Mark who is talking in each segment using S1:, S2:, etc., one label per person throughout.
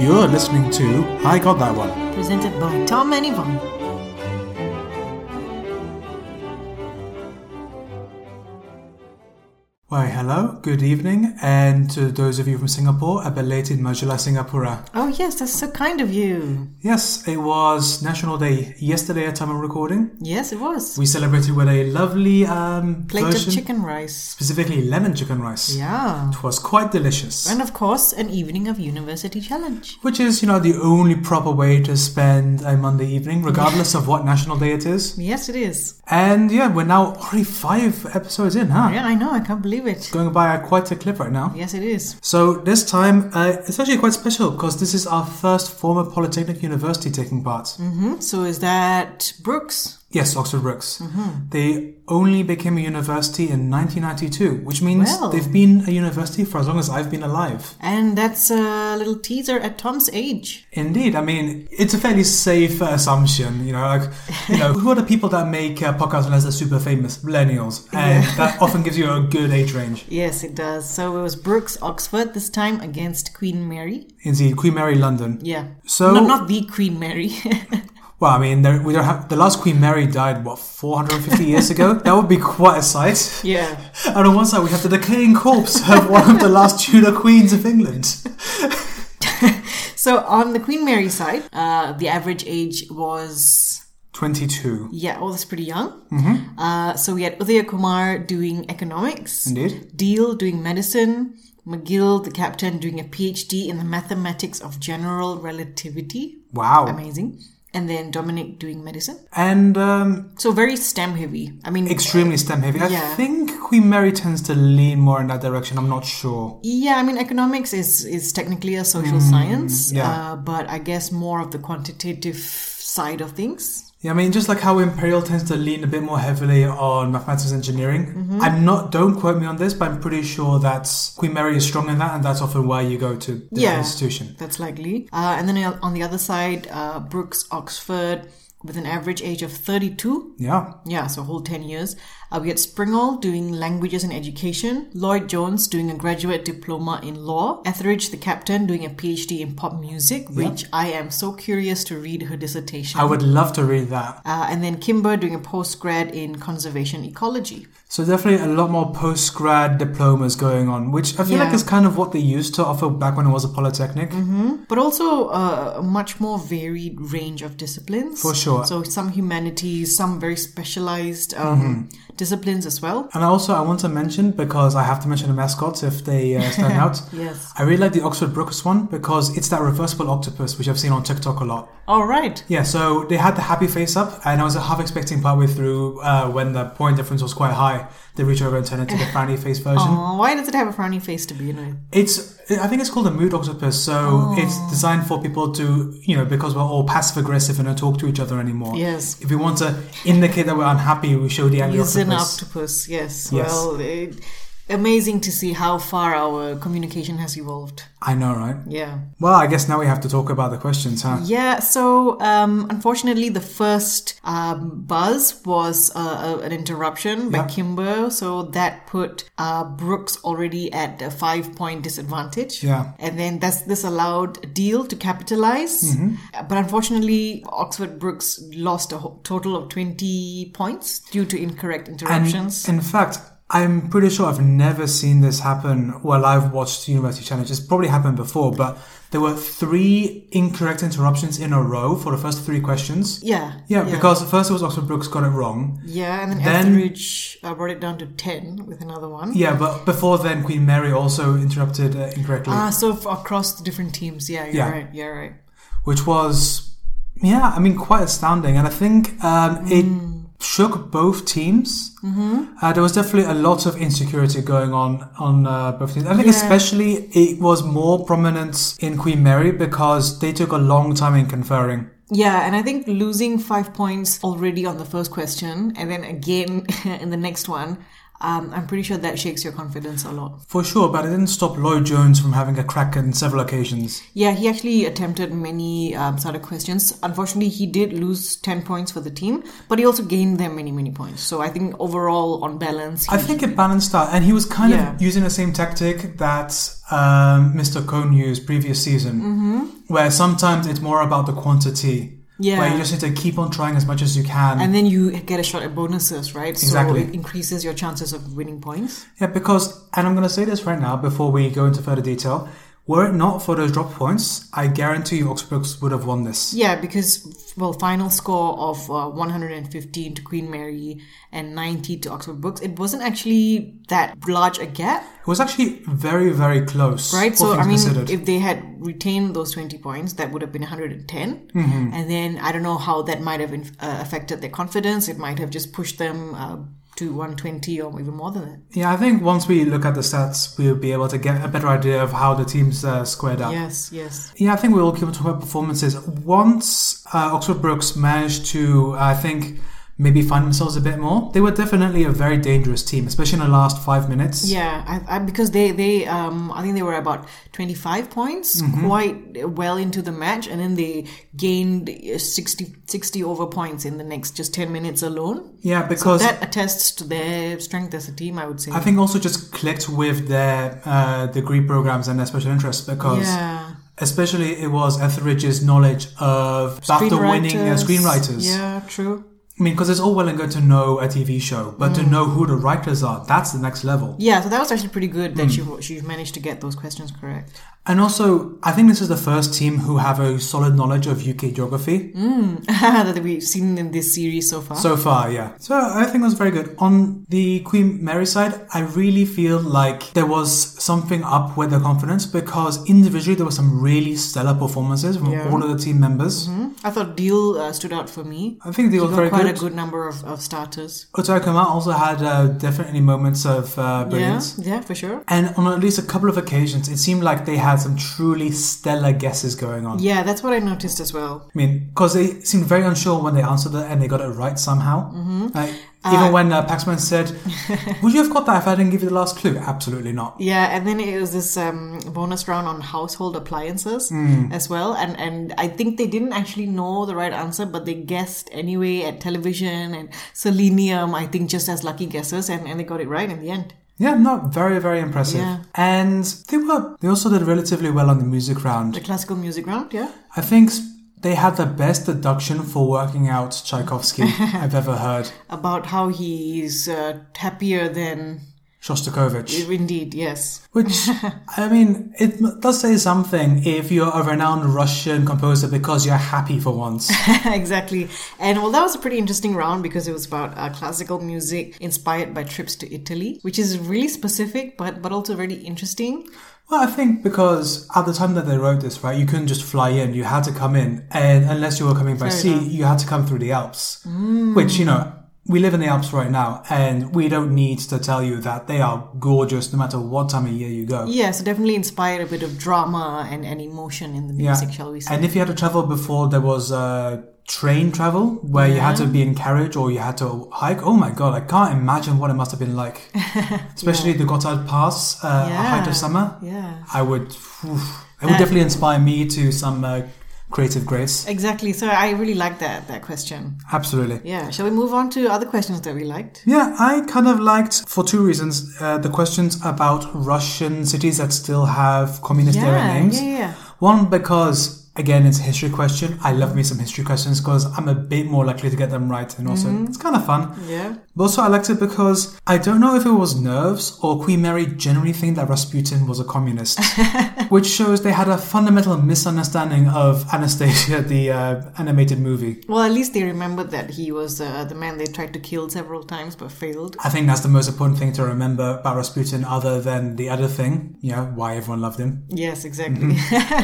S1: You're listening to I Got That One.
S2: presented by Tom and Yvonne.
S1: Why, hello, good evening, and to those of you from Singapore, a belated Majula Singapura.
S2: Oh, yes, that's so kind of you.
S1: Yes, it was National Day yesterday at time of recording.
S2: Yes, it was.
S1: We celebrated with a lovely um,
S2: Plate
S1: version,
S2: of chicken rice.
S1: specifically lemon chicken rice.
S2: Yeah.
S1: It was quite delicious.
S2: And of course, an evening of university challenge.
S1: which is, you know, the only proper way to spend a Monday evening, regardless of what national day it is.
S2: Yes, it is.
S1: And yeah, we're now already five episodes in, huh?
S2: Yeah, I know, I can't believe it.
S1: Going by at quite a clip right now.
S2: Yes, it is.
S1: So this time, uh, it's actually quite special because this is our first former Polytechnic University taking part.
S2: hmm So is that Brooks?
S1: Yes, Oxford Brooks.
S2: Mm-hmm.
S1: They only became a university in 1992, which means
S2: Well.
S1: they've been a university for as long as I've been alive.
S2: And that's a little teaser at Tom's age.
S1: Indeed, I mean it's a fairly safe assumption, you know. Like, you know, who are the people that make uh, podcasts unless they're super famous? Millennials, and that often gives you a good age range.
S2: Yes, it does. So it was Brooks Oxford this time against Queen Mary.
S1: Indeed, Queen Mary London.
S2: Yeah.
S1: So-
S2: no, not the Queen Mary.
S1: Well, I mean, there, we don't have, the last Queen Mary died what 450 years ago. That would be quite a sight.
S2: yeah.
S1: And on one side, we have the decaying corpse of one of the last Tudor queens of England.
S2: So on the Queen Mary side, uh, the average age was
S1: 22,
S2: Yeah, all this pretty young. Mm-hmm. Uh, so we had Udaya Kumar doing economics,
S1: indeed.
S2: Deal doing medicine, McGill, the captain, doing a PhD in the mathematics of general relativity.
S1: Wow.
S2: Amazing. And then Dominic doing medicine.
S1: and um,
S2: So very STEM heavy. I mean,
S1: extremely STEM heavy. I
S2: Yeah.
S1: think Queen Mary tends to lean more in that direction. I'm not sure.
S2: yeah, I mean, economics is, is technically a social science,
S1: yeah.
S2: uh, but I guess more of the quantitative side of things.
S1: Yeah, I mean, just like how Imperial tends to lean a bit more heavily on mathematics and engineering.
S2: Mm-hmm.
S1: I'm not, don't quote me on this, but I'm pretty sure that Queen Mary is strong in that, and that's often where you go to the
S2: Yeah.
S1: institution.
S2: That's likely. Uh, and then on the other side, uh, Brooks, Oxford, with an average age of 32.
S1: Yeah.
S2: Yeah, so a whole 10 years. Uh, we had Springall doing languages and education, Lloyd Jones doing a graduate diploma in law, Etheridge the captain doing a PhD in pop music, which I am so curious to read her dissertation.
S1: I would love to read that.
S2: uh, and then Kimber doing a postgrad in conservation ecology.
S1: So definitely a lot more post grad diplomas going on, which I feel like
S2: Yeah.
S1: is kind of what they used to offer back when it was a polytechnic.
S2: But also uh, a much more varied range of disciplines.
S1: For sure.
S2: So some humanities, some very specialized um,
S1: Mm-hmm.
S2: disciplines as well.
S1: And also, I want to mention because I have to mention the mascots if they uh, stand out.
S2: Yes.
S1: I really like the Oxford Brooks one because it's that reversible octopus which I've seen on TikTok a lot.
S2: All right.
S1: Yeah, so they had the happy face up, and I was half expecting partway through uh, when the point difference was quite high, they reach over and turn it to the frowny face version.
S2: Aw, Uh, why does it have a frowny face to begin with?
S1: It's, I think it's called a mood octopus, so it's designed for people to, you know, because we're all passive aggressive and don't talk to each other anymore.
S2: Yes.
S1: If we want to indicate that we're unhappy, we show the angry
S2: He's an
S1: octopus.
S2: octopus, yes.
S1: Yes.
S2: Well, it, amazing to see how far our communication has evolved.
S1: I know, right?
S2: Yeah.
S1: Well, I guess now we have to talk about the questions, huh?
S2: Yeah, so um, unfortunately, the first um, buzz was uh, a- an interruption by
S1: Yeah.
S2: Kimber, so that put uh, Brooks already at a five point disadvantage.
S1: Yeah.
S2: And then that's, this allowed Deal to capitalize.
S1: Mm-hmm.
S2: Uh, But unfortunately, Oxford Brooks lost a ho- total of 20 points due to incorrect interruptions.
S1: In fact, I'm pretty sure I've never seen this happen while I've watched University Challenge. It's probably happened before, but there were three incorrect interruptions in a row for the first three questions.
S2: Yeah.
S1: Yeah, because first it was Oxford Brooks got it wrong.
S2: Yeah, and then,
S1: Then-
S2: Etheridge uh, brought it down to 10 with another one.
S1: Yeah, but before then, Queen Mary also interrupted uh, incorrectly,
S2: Ah, so f- across the different teams. Yeah, you're
S1: Yeah.
S2: right. You're right.
S1: which was, yeah, I mean, quite astounding. And I think um,
S2: Hmm.
S1: it shook both teams. Mm-hmm. Uh, there was definitely a lot of insecurity going on on uh, both teams. I think
S2: Yeah.
S1: especially it was more prominent in Queen Mary because they took a long time in conferring.
S2: Yeah, and I think losing five points already on the first question, and then again in the next one, um, I'm pretty sure that shakes your confidence a lot.
S1: For sure, but it didn't stop Lloyd Jones from having a crack in several occasions.
S2: Yeah, he actually attempted many um, sort of questions. Unfortunately, he did lose 10 points for the team, but he also gained them many, many points. So I think overall, on balance, he
S1: I think it balanced out, and he was kind
S2: Yeah.
S1: of using the same tactic that um, Mr. Cohn used previous season, where sometimes it's more about the quantity,
S2: Mm-hmm. Yeah.
S1: where you just need to keep on trying as much as you can.
S2: and then you get a shot at bonuses, right?
S1: Exactly.
S2: So it increases your chances of winning points.
S1: yeah, because, and I'm going to say this right now before we go into further detail. Were it not for those drop points, I guarantee you Augsburg would have won this.
S2: Yeah, because well, final score of uh, 115 to Queen Mary and 90 to Oxford Books. It wasn't actually that large a gap,
S1: It was actually very, very close.
S2: right?
S1: all
S2: So I
S1: things
S2: mean,
S1: considered.
S2: if they had retained those 20 points, that would have been 110. And then I don't know how that might have inf- uh, affected their confidence. It might have just pushed them uh, to 120 or even more than that.
S1: Yeah, I think once we look at the stats, we'll be able to get a better idea of how the teams uh, squared up.
S2: Yes, yes.
S1: Yeah, I think we'll keep on talking about performances. Once uh, Oxford Brooks managed to, I think, maybe find themselves a bit more, they were definitely a very dangerous team, especially in the last five minutes.
S2: Yeah, I, I, because they they um I think they were about twenty five points,
S1: Mm-hmm.
S2: quite well into the match, and then they gained uh, 60, 60 over points in the next just ten minutes alone.
S1: Yeah, because
S2: That attests to their strength as a team, I would say.
S1: I think also just clicked with their uh, degree programs and their special interests because.
S2: yeah,
S1: Especially, it was Etheridge's knowledge of BAFTA-winning uh, screenwriters.
S2: Yeah, true.
S1: I mean, because it's all well and good to know a TV show, but
S2: Mm.
S1: to know who the writers are—that's the next level.
S2: Yeah, so that was actually pretty good that
S1: Hmm.
S2: she she managed to get those questions correct.
S1: And also, I think this is the first team who have a solid knowledge of UK geography
S2: Hmm? that we've seen in this series so far.
S1: so far, yeah. So I think it was very good. On the Queen Mary side, I really feel like there was something up with their confidence because individually there were some really stellar performances from
S2: Yeah.
S1: all of the team members.
S2: I thought Deal uh, stood out for me.
S1: I think they
S2: He
S1: were
S2: got
S1: very
S2: quite
S1: good.
S2: a good number of, of starters.
S1: Otakuma also had uh, definitely moments of uh, brilliance.
S2: Yeah, yeah, for sure.
S1: And on at least a couple of occasions, it seemed like they had some truly stellar guesses going on.
S2: Yeah, that's what I noticed as well.
S1: I mean, because they seemed very unsure when they answered it and they got it right somehow. Mm-hmm. Like, even when uh, Paxman said, Would you have got that if I didn't give you the last clue? Absolutely not.
S2: Yeah, and then it was this um, bonus round on household appliances as well, and and I think they didn't actually know the right answer, but they guessed anyway at television and selenium. I think just as lucky guesses, and, and they got it right in the end.
S1: Yeah, not very, very impressive.
S2: Yeah.
S1: And they were, they also did relatively well on the music
S2: The
S1: round.
S2: classical music round, yeah.
S1: I think s- they had the best deduction for working out Tchaikovsky I've ever heard.
S2: About how he's uh, happier than
S1: Shostakovich.
S2: indeed, yes.
S1: Which, I mean, it m- does say something if you're a renowned Russian composer because you're happy for once.
S2: exactly. And well, that was a pretty interesting round because it was about uh, classical music inspired by trips to Italy, which is really specific but but also very interesting.
S1: Well, I think because at the time that they wrote this, right, you couldn't just fly in. You had to come in, and unless you were coming by
S2: Fair
S1: sea,
S2: enough. Mm.
S1: you had to come through the Alps, which you know we live in the Alps right now, and we don't need to tell you that they are gorgeous no matter what time of year you go.
S2: Yeah, so definitely inspired a bit of drama and, and emotion in the music, shall we say?
S1: And if you had to travel before, there was uh, train travel where you had to be in carriage or you had to hike. Oh my god, I can't imagine what it must have been like, especially the Gotthard Pass uh, at height
S2: Yeah.
S1: of summer.
S2: yeah.
S1: I would. oof, it
S2: Uh,
S1: would definitely inspire me to some uh, creative grace.
S2: Exactly. So I really like that that question.
S1: Absolutely.
S2: Yeah. Shall we move on to other questions that we liked?
S1: Yeah, I kind of liked for two reasons uh, the questions about Russian cities that still have communist era
S2: yeah,
S1: names.
S2: yeah, yeah.
S1: One because again it's a history question. I love me some history questions because I'm a bit more likely to get them right, and also
S2: Mm-hmm.
S1: it's kind of fun.
S2: Yeah.
S1: But also I liked it because I don't know if it was nerves or Queen Mary generally think that Rasputin was a communist, which shows they had a fundamental misunderstanding of Anastasia, the uh, animated movie.
S2: Well, at least they remembered that he was uh, the man they tried to kill several times but failed.
S1: I think that's the most important thing to remember about Rasputin, other than the other thing, you know, why everyone loved him. Mm-hmm.
S2: Yes, exactly.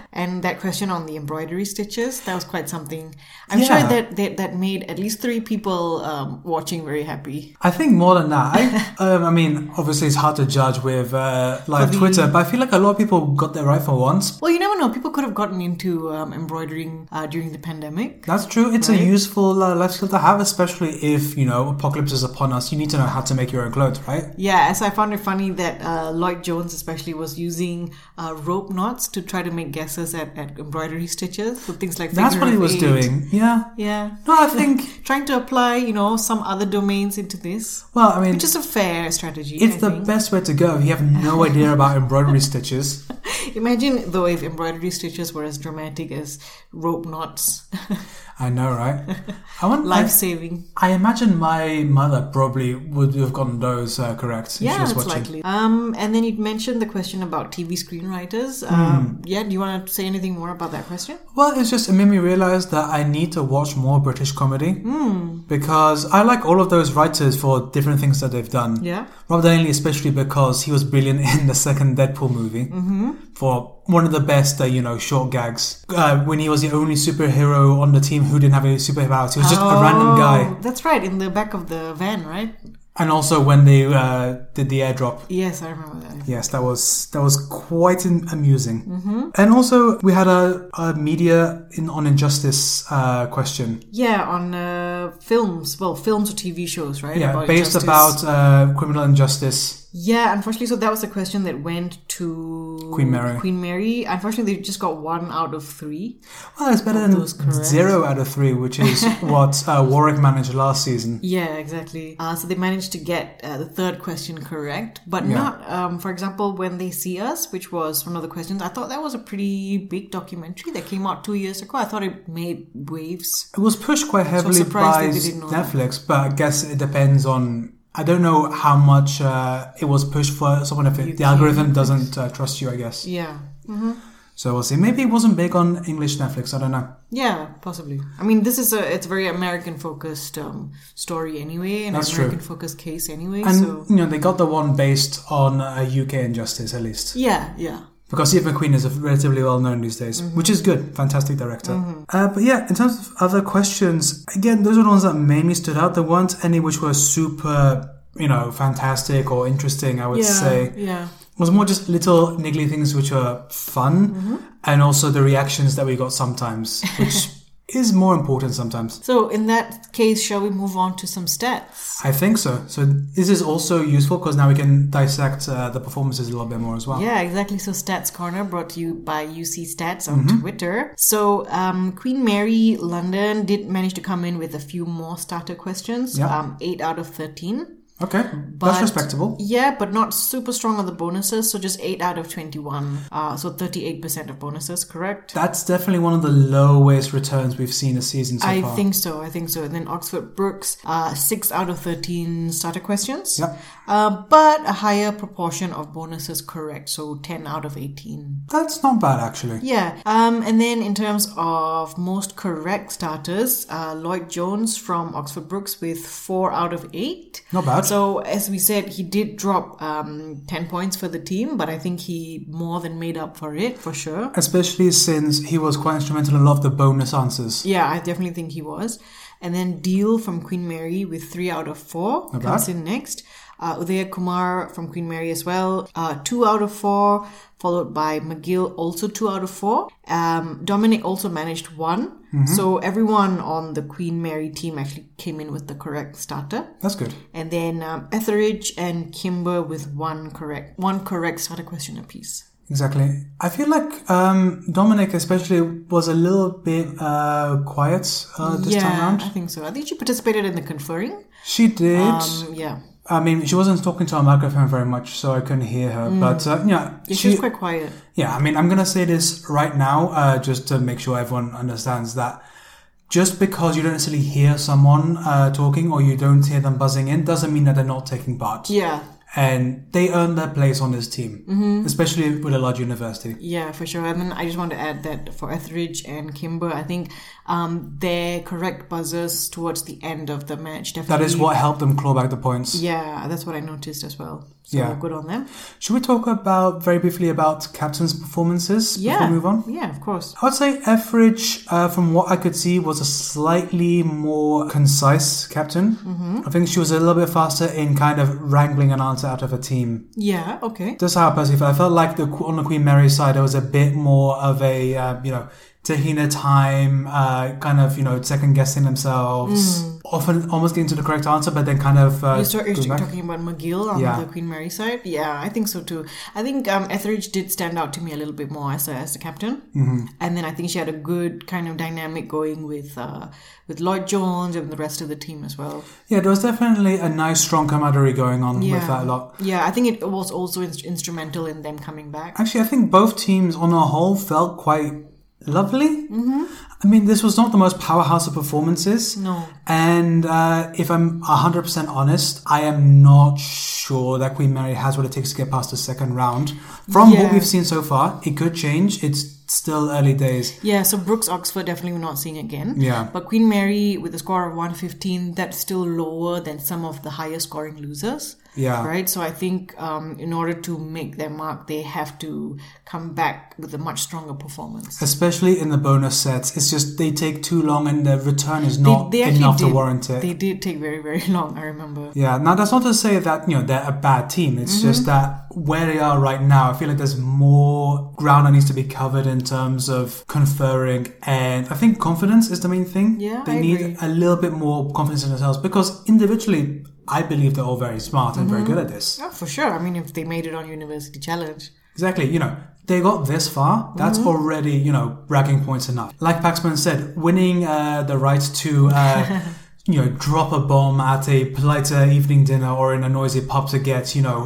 S2: and that question on the embroidery stitches. That was quite something. I'm
S1: Yeah.
S2: sure that, that that made at least three people um, watching very happy.
S1: I think more than that. I, um, I mean, obviously, it's hard to judge with uh, live
S2: For the-
S1: Twitter, but I feel like a lot of people got there right for once.
S2: Well, you never know. People could have gotten into um, embroidering uh, during the pandemic.
S1: That's true. It's a
S2: Right.
S1: useful uh, life skill to have, especially if you know apocalypse is upon us. You need to know how to make your own clothes, right?
S2: Yeah, as I found it funny that uh, Lloyd Jones especially was using uh, rope knots to try to make guesses at, at embroidery stitches. So things like
S1: That's
S2: figure
S1: what he
S2: of
S1: was
S2: eight.
S1: doing. Yeah.
S2: Yeah,
S1: No, I think.
S2: trying to apply you know some other domains into this,
S1: Well, I mean,
S2: which is a fair strategy.
S1: it's
S2: I
S1: the
S2: think.
S1: best way to go if you have no idea about embroidery stitches.
S2: Imagine though if embroidery stitches were as dramatic as rope knots,
S1: I know, right? I want I-
S2: life saving.
S1: I imagine my mother probably would have gotten those uh, correct if
S2: Yeah,
S1: she was
S2: that's
S1: watching.
S2: likely. Um, and then you mentioned the question about TV screenwriters.
S1: Hmm.
S2: Um, yeah, do you want to say anything more about that question?
S1: Well, it's just it made me realize that I need to watch more British comedy
S2: Hmm.
S1: because I like all of those writers for different things that they've done.
S2: Yeah.
S1: Robert Downey, especially because he was brilliant in the second Deadpool movie
S2: Mm-hmm.
S1: for one of the best, uh, you know, short gags. Uh, when he was the only superhero on the team who didn't have any superpowers, he was just a random guy.
S2: Oh, That's right, in the back of the van, right?
S1: And also when they uh, did the airdrop,
S2: Yes, I remember that.
S1: Yes, that was that was quite an amusing. Mm-hmm. And also, we had a, a media in, on injustice uh, question,
S2: Yeah, on uh, films, well, films or TV shows, right?
S1: yeah,
S2: About
S1: based
S2: injustice.
S1: about uh, criminal injustice.
S2: Yeah, unfortunately, so that was the question that went to
S1: Queen Mary.
S2: Queen Mary. Unfortunately, they just got one out of three.
S1: Well, it's better than
S2: Those correct.
S1: zero out of three, which is what uh, Warwick managed last season.
S2: Yeah, exactly. Uh, so they managed to get uh, the third question correct, but
S1: Yeah.
S2: not, um, for example, when they see us, which was one of the questions. I thought that was a pretty big documentary that came out two years ago. I thought it made waves.
S1: It was pushed quite heavily
S2: surprised
S1: by
S2: that they didn't know that.
S1: Netflix, but I guess it depends on. I don't know how much uh, it was pushed for someone if it, the algorithm doesn't uh, trust you, I guess.
S2: Yeah,
S1: So we'll see. Maybe it wasn't big on English Netflix. I don't know.
S2: yeah, possibly. I mean, this is a it's a very American focused um, story anyway, and
S1: That's true.
S2: American focused case anyway.
S1: And
S2: so
S1: you know they got the one based on a UK injustice at least,
S2: yeah, yeah.
S1: because Steve McQueen is a relatively well known these days,
S2: Mm-hmm.
S1: which is good. Fantastic director. Uh, but yeah, in terms of other questions, again, those are the ones that mainly stood out. There weren't any which were super, you know, fantastic or interesting. I would
S2: yeah,
S1: say
S2: yeah.
S1: it was more just little niggly things which were fun,
S2: Mm-hmm.
S1: and also the reactions that we got sometimes, which is more important sometimes.
S2: So in that case, shall we move on to some stats?
S1: I think so. So this is also useful because now we can dissect uh, the performances a little bit more as well.
S2: Yeah, exactly. So Stats Corner brought to you by UC Stats on
S1: Mm-hmm.
S2: Twitter. So um, Queen Mary London did manage to come in with a few more starter questions.
S1: Yeah.
S2: Um, eight out of thirteen.
S1: Okay,
S2: But-
S1: that's respectable.
S2: Yeah, but not super strong on the bonuses. So just eight out of twenty-one. Uh, so thirty-eight percent of bonuses, correct?
S1: That's definitely one of the lowest returns we've seen a season so
S2: I
S1: far.
S2: think so. I think so. And then Oxford Brooks, uh, six out of thirteen starter questions.
S1: Yep.
S2: Uh, but a higher proportion of bonuses correct. So ten out of eighteen.
S1: That's not bad actually.
S2: Yeah. Um, and then in terms of most correct starters, uh, Lloyd Jones from Oxford Brooks with four out of eight.
S1: Not bad.
S2: So as we said, he did drop um, ten points for the team, but I think he more than made up for it for sure.
S1: Especially since he was quite instrumental in a lot of the bonus answers.
S2: Yeah, I definitely think he was. And then Deal from Queen Mary with three out of four
S1: Not
S2: comes
S1: bad.
S2: in next. Uh, Udaya Kumar from Queen Mary as well, uh, two out of four, followed by McGill, also two out of four. Um, Dominic also managed one.
S1: Mm-hmm.
S2: So everyone on the Queen Mary team actually came in with the correct starter.
S1: That's good.
S2: And then um, Etheridge and Kimber with one correct one correct starter question apiece.
S1: Exactly. I feel like um, Dominic especially was a little bit uh, quiet uh, this
S2: yeah,
S1: time
S2: I
S1: around.
S2: think so. I think she participated in the conferring.
S1: She did.
S2: Um, yeah.
S1: I mean, she wasn't talking to a microphone very much, so I couldn't hear her. But uh, yeah,
S2: Yeah, she was Mm. quite quiet.
S1: Yeah, I mean, I'm going to say this right now uh, just to make sure everyone understands that just because you don't necessarily hear someone uh, talking or you don't hear them buzzing in doesn't mean that they're not taking part.
S2: Yeah.
S1: and they earned their place on his team,
S2: Mm-hmm.
S1: especially with a large university.
S2: Yeah, for sure. And then I just want to add that for Etheridge and Kimber, I think um, their correct buzzers towards the end of the match definitely.
S1: That is what helped them claw back the points.
S2: Yeah, that's what I noticed as well. So
S1: Yeah.
S2: good on them.
S1: Should we talk about very briefly about captain's performances
S2: Yeah.
S1: before we move on?
S2: Yeah, of course.
S1: I would say Etheridge, uh, from what I could see, was a slightly more concise captain. Mm-hmm. I think she was a little bit faster in kind of wrangling an answer out of her team.
S2: Yeah, okay.
S1: That's how I personally felt. I felt like the on the Queen Mary side, there was a bit more of a uh, you know taking their time, uh, kind of you know second guessing themselves, often almost getting to the correct answer, but then kind of uh,
S2: You start Mm. you're
S1: going back.
S2: talking about McGill on
S1: Yeah.
S2: the Queen Mary side. Yeah, I think so too. I think um, Etheridge did stand out to me a little bit more as a, as the captain, mm-hmm. and then I think she had a good kind of dynamic going with uh, with Lloyd Jones and the rest of the team as well.
S1: Yeah, there was definitely a nice strong camaraderie going on
S2: Yeah,
S1: with that lot.
S2: Yeah, I think it was also in- instrumental in them coming back.
S1: Actually, I think both teams on a whole felt quite lovely. Mm-hmm. I mean, this was not the most powerhouse of performances.
S2: No.
S1: And uh, if I'm 100% honest, I am not sure that Queen Mary has what it takes to get past the second round. From what
S2: Yeah.
S1: we've seen so far, it could change. It's still early days.
S2: Yeah, so Brooks Oxford definitely we're not seeing again.
S1: Yeah.
S2: But Queen Mary with a score of 115, that's still lower than some of the higher scoring losers.
S1: Yeah.
S2: Right? So I think um, in order to make their mark, they have to come back with a much stronger performance.
S1: Especially in the bonus sets. It's just they take too long and the return is not
S2: they actually
S1: enough to
S2: did.
S1: warrant it.
S2: They did take very, very long, I remember.
S1: Yeah, now that's not to say that, you know, they're a bad team. It's
S2: Mm-hmm.
S1: just that where they are right now, I feel like there's more ground that needs to be covered in terms of conferring. And I think confidence is the main thing.
S2: Yeah,
S1: They
S2: I
S1: need
S2: agree.
S1: a little bit more confidence in themselves because individually, I believe they're all very smart and very good at this.
S2: Oh, for sure. I mean, if they made it on University Challenge.
S1: Exactly, you know, they got this far. That's
S2: Mm-hmm.
S1: already, you know, bragging points enough. Like Paxman said, winning uh, the right to. Uh, You know, drop a bomb at a politer evening dinner or in a noisy pub to get, you know,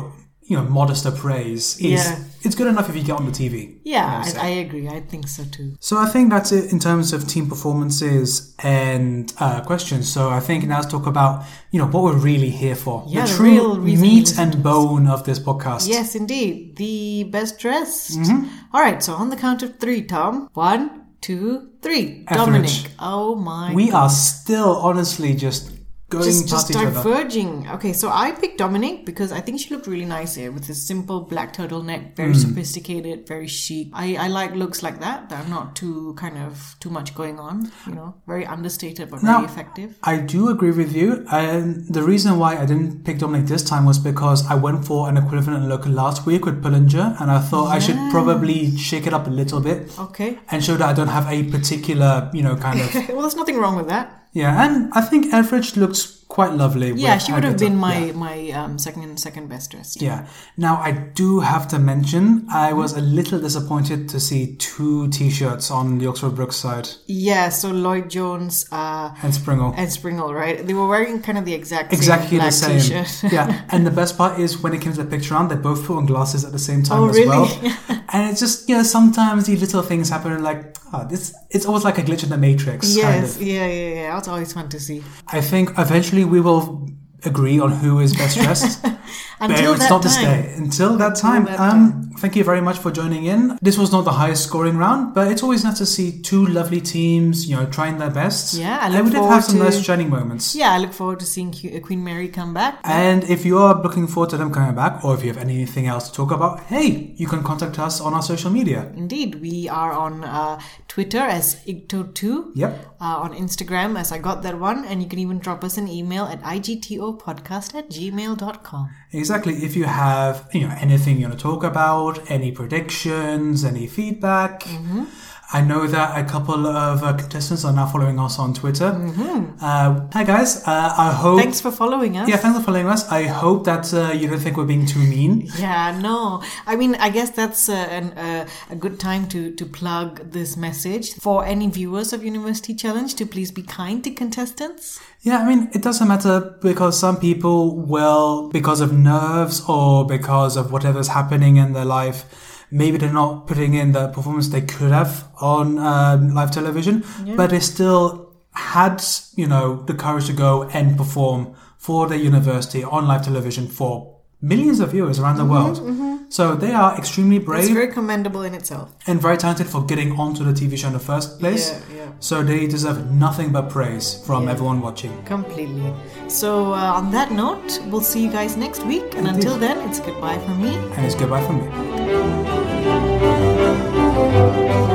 S1: you know, modester praise is
S2: Yeah.
S1: it's good enough if you get on the TV.
S2: Yeah,
S1: I'd say.
S2: I, I agree. I think so too.
S1: So I think that's it in terms of team performances and uh, questions. So I think now let's talk about, you know, what we're really here for.
S2: Yeah,
S1: the
S2: the
S1: true
S2: real reason you
S1: meat
S2: listen to
S1: and bone of this podcast.
S2: Yes, indeed. The best dressed.
S1: Mm-hmm.
S2: All right, so on the count of three, Tom. One, two, three. Dominic.
S1: Average.
S2: Oh my.
S1: We are still honestly just going
S2: just,
S1: past
S2: just
S1: each other.
S2: diverging. Okay, so I picked Dominic because I think she looked really nice here with this simple black turtleneck, very
S1: Mm.
S2: sophisticated, very chic. I, I like looks like that. That are not too kind of too much going on. You know, very understated but
S1: Now-
S2: very effective.
S1: I do agree with you, and the reason why I didn't pick Dominic this time was because I went for an equivalent look last week with Pullinger, and I thought I should probably shake it up a little bit
S2: Okay.
S1: and show that I don't have a particular, you know, kind of
S2: well, there's nothing wrong with that.
S1: yeah. And I think Everidge looks quite lovely.
S2: Yeah,
S1: with
S2: she would have
S1: Agatha.
S2: been my
S1: Yeah.
S2: my um, second second best dressed.
S1: Yeah. Now I do have to mention I was a little disappointed to see two t-shirts on the Oxford Brook side
S2: Yeah, so Lloyd Jones uh,
S1: and Springle.
S2: and Springle, right? They were wearing kind of the exact same
S1: exactly
S2: black
S1: the same.
S2: T-shirt.
S1: yeah, and the best part is when it came to the picture round, they both put on glasses at the same time
S2: Oh,
S1: as
S2: really?
S1: well. and it's just you know sometimes these little things happen, and like ah, this it's almost like a glitch in the matrix. Kind
S2: yes,
S1: of.
S2: yeah, yeah, yeah. That's always fun to see.
S1: I think eventually we will agree on who is best dressed. But
S2: Until
S1: it's
S2: that
S1: not to
S2: time.
S1: stay. Until that time,
S2: that
S1: um, thank you very much for joining in. This was not the highest scoring round, but it's always nice to see two lovely teams, you know, trying their best.
S2: Yeah, I
S1: and
S2: look
S1: we did
S2: forward
S1: have some
S2: to-
S1: nice shining moments.
S2: Yeah, I look forward to seeing Que- Queen Mary come back.
S1: And if you are looking forward to them coming back, or if you have anything else to talk about, hey, you can contact us on our social media.
S2: Indeed, we are on uh, Twitter as Igto2.
S1: Yep.
S2: Uh, on Instagram as I got that one, and you can even drop us an email at igtopodcast at gmail.com.
S1: Exactly. If you have you know anything you want to talk about, any predictions, any feedback. I know that a couple of uh, contestants are now following us on Twitter. Uh, hi guys, uh, I hope.
S2: Thanks for following us.
S1: Yeah, thanks for following us. I hope that uh, you don't think we're being too mean.
S2: Yeah, no. I mean, I guess that's uh, an, uh, a good time to, to plug this message for any viewers of University Challenge to please be kind to contestants.
S1: Yeah, I mean, it doesn't matter because some people will, because of nerves or because of whatever's happening in their life, maybe they're not putting in the performance they could have on um, live television, but they still had, you know, the courage to go and perform for their university on live television for millions of viewers around the world. So they are extremely
S2: Mm-hmm, It's
S1: brave
S2: very commendable in itself.
S1: and very talented for getting onto the TV show in the first place.
S2: Yeah, yeah.
S1: So they deserve nothing but praise from everyone watching.
S2: Completely. So, uh, on that note, we'll see you guys next week. And
S1: Indeed.
S2: until then, it's goodbye from me.
S1: And it's goodbye from me.